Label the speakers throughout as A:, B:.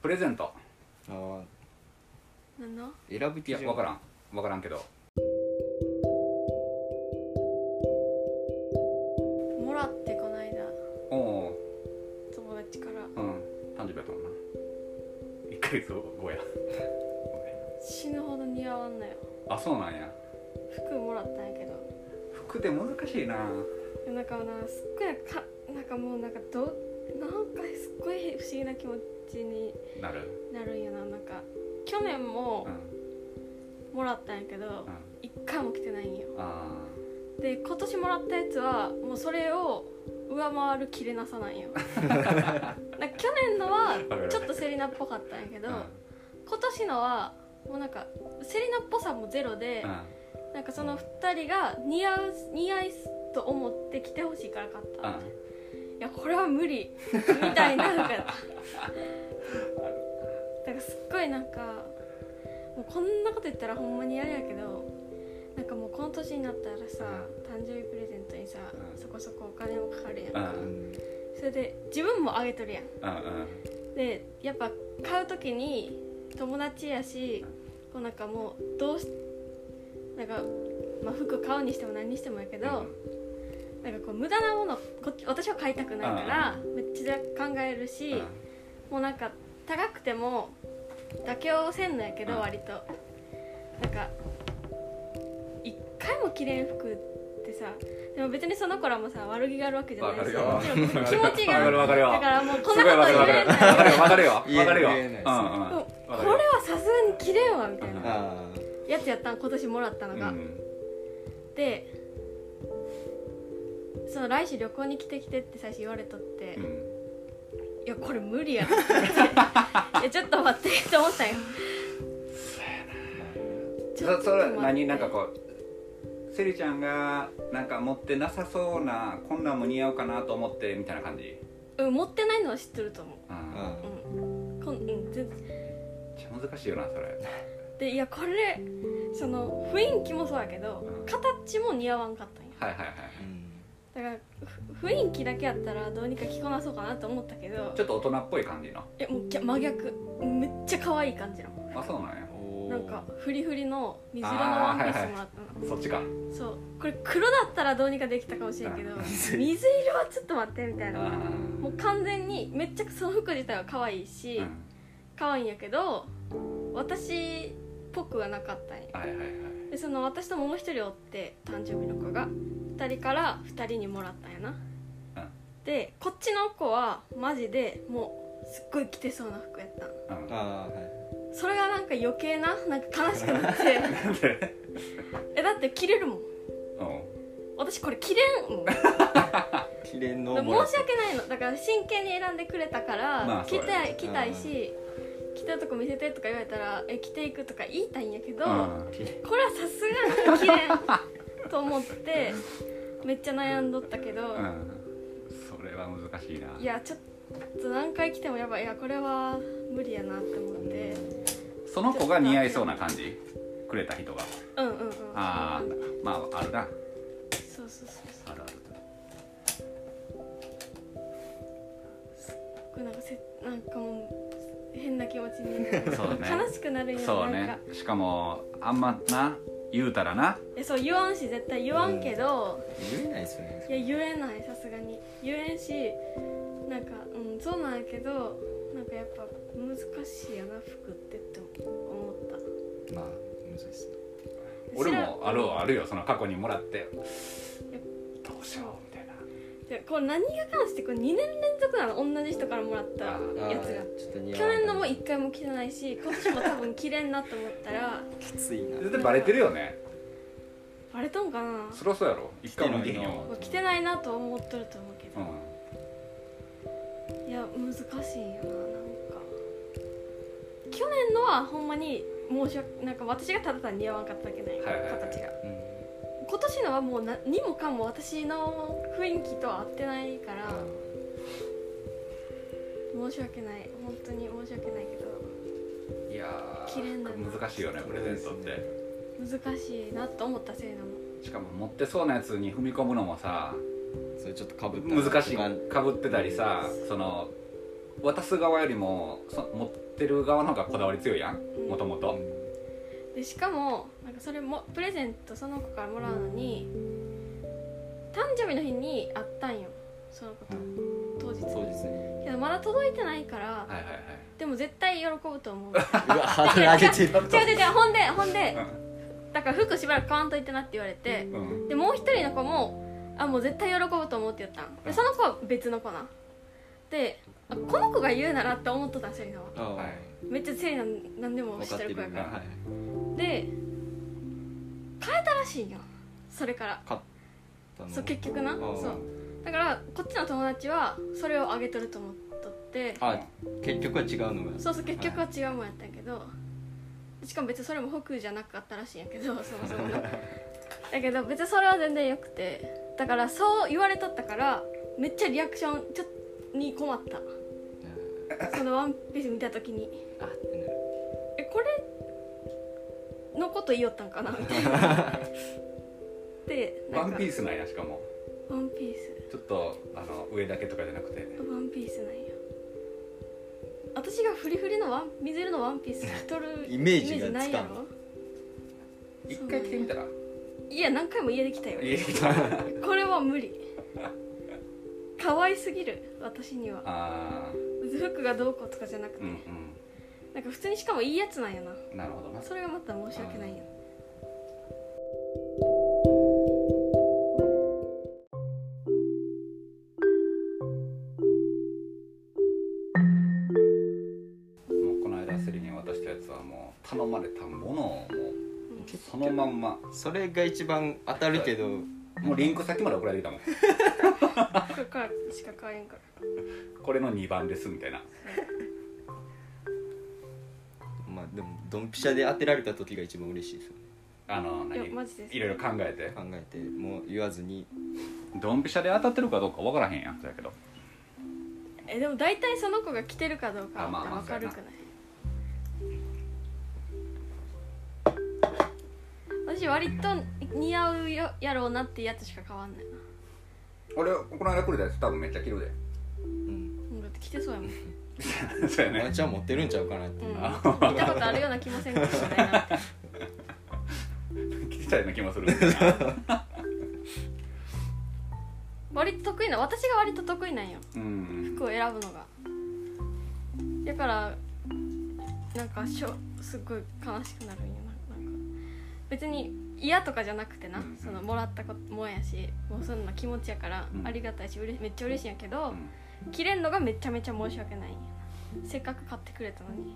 A: プレゼント
B: ああ
C: なんだ
B: 選ぶ
A: い
B: 基
A: や
B: 準
A: 分からん分からんけど
C: もらってこないだ
A: おお
C: 友達から
A: ーうん誕生日やと思うな1ヶ月後や
C: 死ぬほど似合わんのよ
A: あそうなんや
C: 服もらったんやけど
A: 服で難しいな
C: でもなんかなすっごいかなんかもうなんかどなんかすっごい不思議な気持ちに
A: なる
C: なるんやななんか去年も
A: うん
C: もらったんやけど
A: うん
C: 一回も着てないんよ
A: あ
C: で今年もらったやつはもうそれを上回る切れなさな んよなんか去年のは
A: わかる
C: ちょっとセリナっぽかったんやけど
A: あ
C: 今年のはもうなんかセリナっぽさもゼロで
A: うん
C: なんかその2人が似合う似合いと思って来てほしいから買った
A: うん
C: みたいないやこれは無理みたいななんかだからすっごいなんかもうこんなこと言ったらほんまに嫌やけどなんかもうこの年になったらさ誕生日プレゼントにさ
A: うん
C: そこそこお金もかかるやん
A: う
C: か
A: ん
B: うん
C: それで自分もあげとるやん
A: うんうん
C: でやっぱ買う時に友達やしこうなんかもうどうしなんか、まあ、服買うにしても何にしてもやけど、なんかこう無駄なものこっち私は買いたくないからめっちゃ考えるし、
A: うん
C: もうなんか高くても妥協せんのやけど、
A: うん
C: 割となんか一回も着れん服ってさでも別にその子らもさ悪気があるわけじゃな
A: わ
C: い
A: かる
C: し
A: よ
C: もちろん気持ち
A: わかる
C: が
A: わかる
C: だ
A: よ
C: からもうこん
A: す
C: な
A: ごいわ
C: こと
A: か
C: 言
A: る
C: わ
A: わか
C: れ
A: る
C: ない
A: わかるよわかるよ
B: 言えない
A: うんうん
C: もう
A: わ
C: こ
A: か
C: れ
A: るよ
C: はさすがに着れんわみたいな
B: ああ
C: やつやったん今年もらったのが、
A: うん
C: でその来週旅行に来てきてって最初言われとって、
A: う
C: い
A: ん
C: やこれ無理やろって言って いやちょっと待ってと思ったんよちょっ
A: そ
C: と
A: それは
C: 待って
A: 何なんかこうセリちゃんがなんか持ってなさそうなこんなんも似合うかなと思ってみたいな感じ
C: うん、持ってないのは知ってると思う
A: うん
B: ああ
C: うんこん、うん、全然
A: めっちゃ難しいよなそれ
C: でいやこれその雰囲気もそうやけど
A: うん
C: 形も似合わんかったんよ
A: はいはいはい
B: うん
C: だからふ雰囲気だけやったらどうにか着こなそうかなと思ったけど
A: ちょっと大人っぽい感じの
C: えもうぎゃ真逆めっちゃ可愛い感じなの
A: あそうなんや
B: おー
C: なんかフリフリの水色のワンピースもらったの、
A: そっちか
C: そうこれ黒だったらどうにかできたかもしれんけど
A: あ
C: 水色はちょっと待ってみたいな
A: うん
C: もう完全にめっちゃその服自体は可愛いし、
A: うん
C: 可愛いんやけど私っぽくはなかったんや
A: はいはいはい
C: でその私ともう一人おって誕生日の子が2人から2人にもらったんやな、でこっちの子はマジでもうすっごい着てそうな服やったん
A: うん
B: あ あはい
C: それがなんか余計ななんか悲しくなって
A: なんで
C: えだって着れるもん
A: うん
C: 私これ着れんもん
B: 綺麗の
C: 申
B: をもらっ
C: し訳ないのだから真剣に選んでくれたから、
A: まあ
C: 着
A: そうや
C: たい着たいし着たとこ見せてとか言われたらえ着ていくとか言いたいんやけど、
A: うん
C: これはさすがに着れんと思 ってめっちゃ悩んどったけど、
A: うんそれは難しいない
C: やちょっと何回来てもやばいいやこれは無理やなって思って
A: その子が似合いそうな感じくれた人が
C: うんうんうん
A: ああまああるな
C: そうそうそうそう
A: あるある
C: これなんかせなんかもう変な気持ちにな る
A: そうだね
C: 悲しくなるよ
A: そう
C: なん
A: ね
C: か
A: しかもあんまな言うたらな
C: えそう言わんし絶対言わんけど、
B: 言えないですよね
C: いや言えないさすがに言えんしなんかうんそうなんやけどなんかやっぱ難しいよな服ってって思った
B: まあむずいっすね
A: 俺もある
C: わ
A: あるよその過去にもらってどうしようみたいな
C: これ何が関してこれ2年連続なの同じ人からもらったや
A: あー
C: つが
B: あーちょっと似合
C: 去
B: わない
C: 年のも1回も着てないし今年も多分着れんなと思ったら
B: きついな
A: 絶対バレてるよね
C: バレとんかな
A: そりゃそうやろ一回もできへんよ
C: もう着てないなとは思っとると思うけ
A: う
C: ど、
A: ん
C: いや難しいよななんか去年のはほんまに申し訳なんか私がただ単に似合わんかっただけない、
A: はいはいはい
C: 形が
B: うん
C: 今年のはもう何もかも私の雰囲気とは合ってないから申し訳ない本当に申し訳ないけ
A: いや
C: 綺麗な
A: ー難しいよねプレゼントって
C: ど難しいなと思ったせいなの
A: しかも持ってそうなやつに踏み込むのもさ
B: それちょっとかぶった
A: 難しい
B: あ
A: かぶってたりさその渡す側よりもそ持っってる側の方がこだわり強いやんもともと
C: でしかもなんかそれもプレゼントその子からもらうのに誕生日の日に会ったんよその子と当日
B: そうですね
C: けどまだ届いてないから、
A: はいはいはい
C: でも絶対喜ぶと思う
B: うわハードル上げ てる
C: 違う違う違うほんでほんでだから服しばらく買わんといてなって言われて
A: うんうん
C: でもう一人の子もあもう絶対喜ぶと思うって言ったんでその子は別の子なんであこの子が言うならって思っとったんセリナは
B: あ
A: はい
C: めっちゃセリナ何でも
B: 分
C: 知
B: か
C: っ
B: っててる
C: る子や
B: ね
C: から
B: はい
C: で変えたらしいんよそれから
B: 買ったの
C: そう結局な
B: あー
C: そうだからこっちの友達はそれをあげとると思っとって
B: あ結局は違うのが
C: そうそう結局は違うもんやったんやけど、しかも別にそれも北じゃなかったらしいんやけどそもそもだけど別にそれは全然よくてだからそう言われとったからめっちゃリアクションちょっとに困ったそのワンピース見た時に
B: あってなる
C: えこれのこと言いよったんかなみたいなで
A: ワンピー
C: ス
A: スなんやしかも
C: ワンピース
A: ちょっとあの上だけとかじゃなくて
C: ワンピースなんや私がフリフリのワン水色のワンピース着とる
B: イメージが
C: イメないやろ
A: 一回着てみたら
C: いや何回も家で来たよ
A: 家着たら
C: これは無理可愛すぎる私には
A: ああ
C: 服がどうこうとかじゃなくて、
A: うん
C: なんか普通にしかもいいやつなんやな
A: うんなるほどな
C: それがまた申し訳ないよ
A: もうこの間セリに渡したやつはもう頼まれたものをもうそのまんま
B: それが一番当たるけど
A: もうリンク先まで送られてきたもん
C: これからしか買えんから
A: これの2番ですみたいな
B: まあでもドンピシャで当てられた時が一番嬉しいですよね
A: あの
C: いや
A: 何
C: マジです
A: いろいろ考えて
B: 考えてもう言わずに
A: ドンピシャで当たってるかどうかわからへんやんだけど
C: えでも大体その子が着てるかどうか
A: あまあまあ
C: 分かるくない、私割と似合うよやろうなってやつしか変わんないな
A: 俺この間くれたやつ多分めっちゃ着る
B: うん
C: うんだって着てそうやもん
A: で そうや
B: お前
A: ね
B: ちゃん持ってるんちゃうかなって いう
C: うん
B: あ
C: 見たことあるような気もせんかもしれないなって
A: 着てたような気もする
C: 割と得意な私が割と得意なんよ
A: うん
C: 服を選ぶのがだからなんかしょすっごい悲しくなるんよななんか別に嫌とかじゃなくてな、
A: うん
C: そのもらったこともんやしもうそんな気持ちやから
A: うん
C: ありがたいし、うれめっちゃ嬉しいんやけ
A: う
C: ど、
A: ん
C: 着れんのがめちゃめちゃ申し訳ないんやなせっかく買ってくれたのに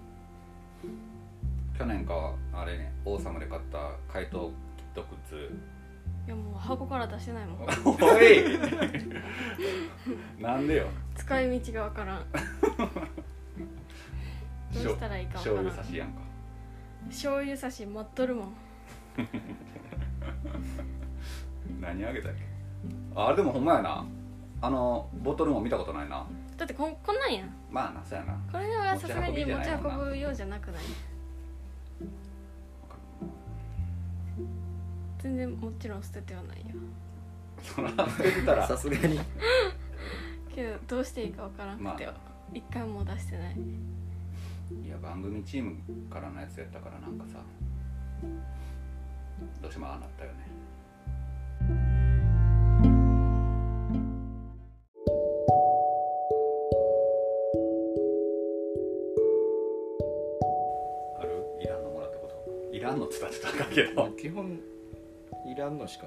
A: 去年かあれね王様で買った怪盗キット 靴
C: いやもう箱から出してないもん
A: お いなんでよ
C: 使い道がわから んどうしたらいいかわか
A: 醤
C: らん
A: 油差しやんか
C: 醤油差し待っとるもん
A: 何あげたっけあれでもほんまやなあのボトルも見たことないな
C: だってこんこんなんやん
A: まあなそうやな
C: これではさすがに持
A: 持
C: ち
A: ち運びじゃないもんな
C: 運ぶようじゃなくない全然もちろん捨ててはないよ
A: そら捨ててたら
B: さすがに
C: けどどうしていいかわからなくて、
A: まあ
C: 一回も出してない
A: いや番組チームからのやつやったからなんかさどうしてもああなったよねあるいらんのもらったこといらんのって言ったら高いけど
B: 基本いらんのしか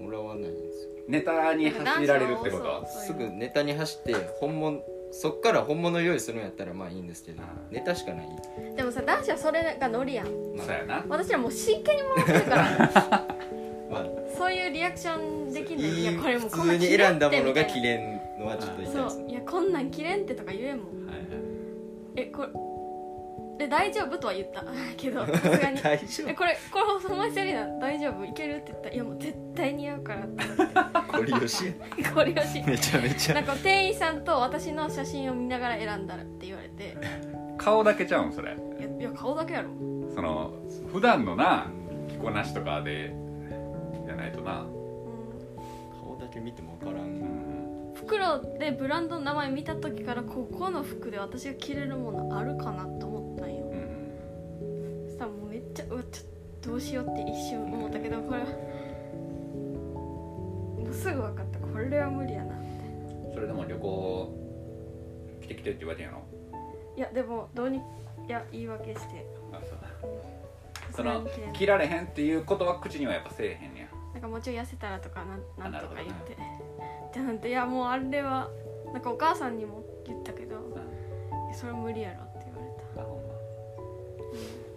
B: もらわないんですよ
A: ネタに走られるってこ
C: なんかダン
A: と
C: スを
B: すぐネタに走って本物そっから本物用意するんやったらまあいいんですけど
A: うん
B: ネタしかない
C: でもさ男子はそれがノリやん
A: そうやな
C: 私らもう真剣にもらってるから
B: まあ
C: そういうリアクションできんのにいやこれもう
B: 普
C: こんな
B: 通
C: ん
B: に
C: 着れ
B: 選
C: ん
B: ん
C: って
B: だ
C: みた
B: もの
C: いな
B: が着れんのはちょっと痛いです
C: そ
B: ね
C: ういやこんなん着れんってとか言えんもん
A: はいはい
C: えこれで大丈夫とは言った けどさす がに
B: 大丈
C: えこれこれほんまにセリナ大丈夫いけるって言ったらいやもう絶対似合うからって
B: 夫 これよし
C: これよし
B: めちゃめ ち
C: な
B: ゃ
C: んか店員さんと私の写真を見ながら選んだらって言われて
A: 顔だけちゃうんそれ
C: いやいや顔だけやろ
A: その普段のな着こなしとかでじゃないとな
C: う
B: 顔だけ見ても分から
A: うんん
C: ん服袋でブランドの名前見た時からここの服で私が着れるものあるかなと思ったんよ
A: うん
C: そしたらもうめっちゃうわちょっとどうしようって一瞬思ったけどこれはもうすぐ分かったこれは無理やな
A: それでも旅行来て来てって言われてんやろ
C: いやでもどうにいや言い訳して
A: あそう
C: さ
A: そ
C: すが
A: の
C: に着れない
A: 切られへんっていうことは口にはやっぱせえへんねや
C: なんかもうちょい痩せたらとかな
A: あ
C: んな
A: なんる
C: と
A: ほ
C: か
A: ど
C: 言ってじゃなんていやもうあれはなんかお母さんにも言ったけどいやそれは無理やろって言われた
A: あほんま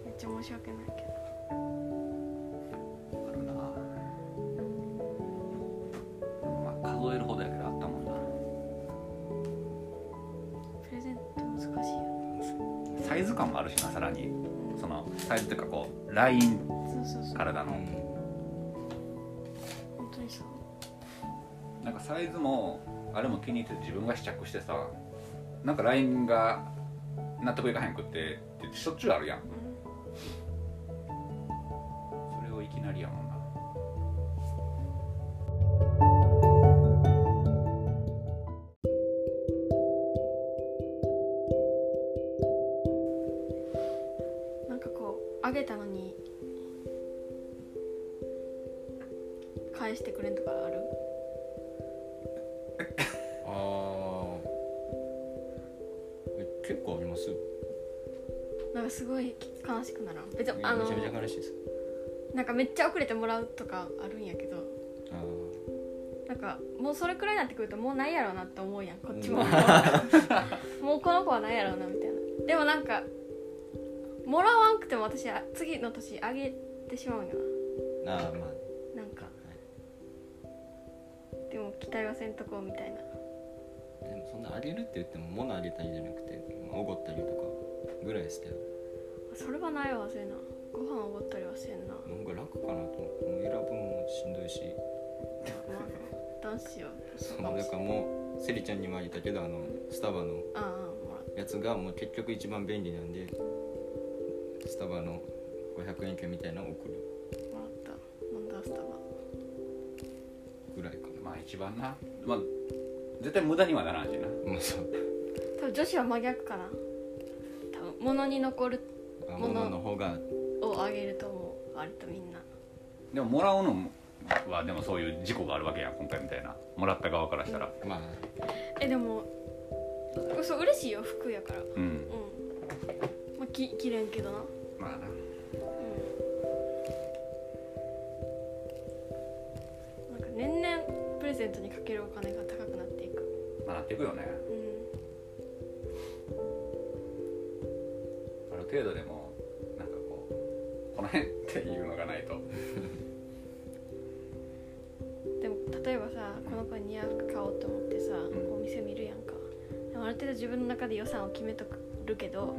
C: めっちゃ申し訳ないけど
A: あるなまあ数えるほどやけどあったもんな
C: プレゼント難しいよ
A: サイズ感もあるしなさらに
C: うん
A: そのサイズというかこうライン
C: そうそうそう
A: 体
B: う
A: の
B: ん
C: 本当にそう
A: なんかサイズもあれも気に入って自分が試着してさなんかラインが納得いかへんくってって言ってしょっちゅうあるやん
C: う
A: それをいきなりやもんな
C: んなんかこうあげたのに返してくれんとかある
B: ああえ結構ありますよ
C: なんかすごい悲しくならん別に
B: めち
C: あ
B: ゃ
C: の
B: めちゃ悲しいです
C: なんかめっちゃ遅れてもらうとかあるんやけど
B: あー
C: なんかもうそれくらいになってくるともうないやろうなって思うやんこっち
B: う
C: も もうこの子はないやろうなみたいなでもなんかもらわんくても私は次の年あげてしまうんよ
B: あーまあ
C: ななんかでも期待はせんとこうみたいな
B: でもそんなあげるって言っても物あげたりじゃなくてまあおごったりとかぐらいですけど
C: それはないわせんなご飯おごったりはせんな
B: なんか楽かなと思ってもう選ぶのもしんどいし
C: まあ男子よ
B: そのだからもうセリちゃんにもあげたけどあのスタバの
C: ああもらっ
B: やつがもう結局一番便利なんでスタバの500円券みたいなのを送る
C: もらったなんだスタバ
B: ぐらいか
A: まあ一番なまあ絶対無駄にはならんしな
B: なまあそう
C: 多分女子は真逆かな多分物に残る
B: あ
C: 物
B: 物の方が
C: をあげると思う割とみんな
A: でももらうのはでもそういう事故があるわけやん今回みたいなもらった側からしたら
B: まあ
C: えでもそう嬉しいよ服やからうん
A: うん
C: まあき着れんけどな
A: まあな
C: うんなんか年々プレゼントにかけるお金が高くなっていく
A: まあなっていくよね
C: うん
A: ある程度でもなんかこうこの辺っていうのがないと
C: でも例えばさこの子に似合う服買おうと思ってさ、
A: ん
C: お店見るやんかでもある程度自分の中で予算を決めとるけど、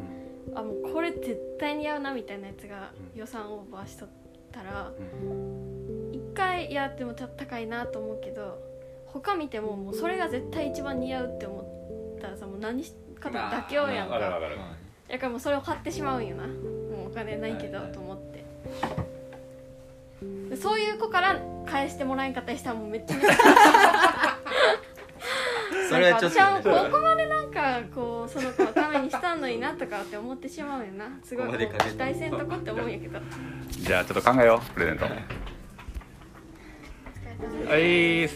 C: あもうこれ絶対似合うなみたいなやつが
A: うん
C: 予算オーバーしとったら
A: うん
C: 一回いやでもちょっと高いなと思うけど他見てももうそれが絶対一番似合うって思ったらさもう何しかと妥協やん
A: まあわかる
C: か
A: わかる
B: ま
C: だからもうそれを買ってしまうんよなもうお金ないけど
A: はいはい
C: と思って。でそういう子から返してもらえんかったりしたらもうめっちゃめちゃ
B: あそれはちょっと
C: なんか私はもう
B: ね
C: ここまでなんかこうその子のためにしたのになとかって思ってしまうよなすごいこう
B: ここまでかけて
C: 期待せんとこって思うんやけど
A: じゃあちょっと考えようプレゼントはい